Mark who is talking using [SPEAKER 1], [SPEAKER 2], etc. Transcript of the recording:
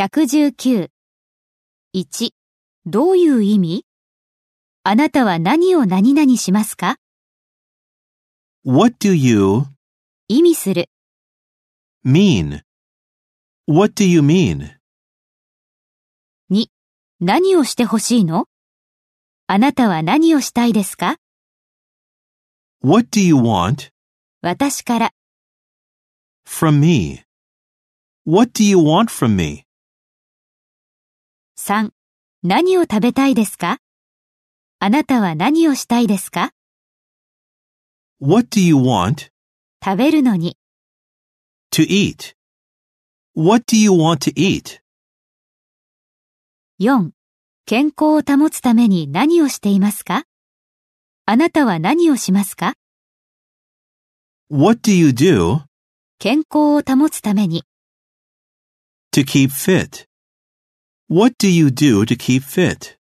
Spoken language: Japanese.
[SPEAKER 1] 119。1. どういう意味あなたは何を何々しますか
[SPEAKER 2] What do you
[SPEAKER 1] 意味する。
[SPEAKER 2] mean? What do you mean?
[SPEAKER 1] 何をしてほしいのあなたは何をしたいですか
[SPEAKER 2] What do you want
[SPEAKER 1] 私から。
[SPEAKER 2] from me? What do you want from me?
[SPEAKER 1] 3. 何を食べたいですかあなたは何をしたいですか
[SPEAKER 2] What do you want
[SPEAKER 1] 食べるのに。
[SPEAKER 2] to eat? What do you want to eat?
[SPEAKER 1] 4. 健康を保つために何をしていますかあなたは何をしますか
[SPEAKER 2] What do you do
[SPEAKER 1] 健康を保つために。
[SPEAKER 2] to keep fit? What do you do to keep fit?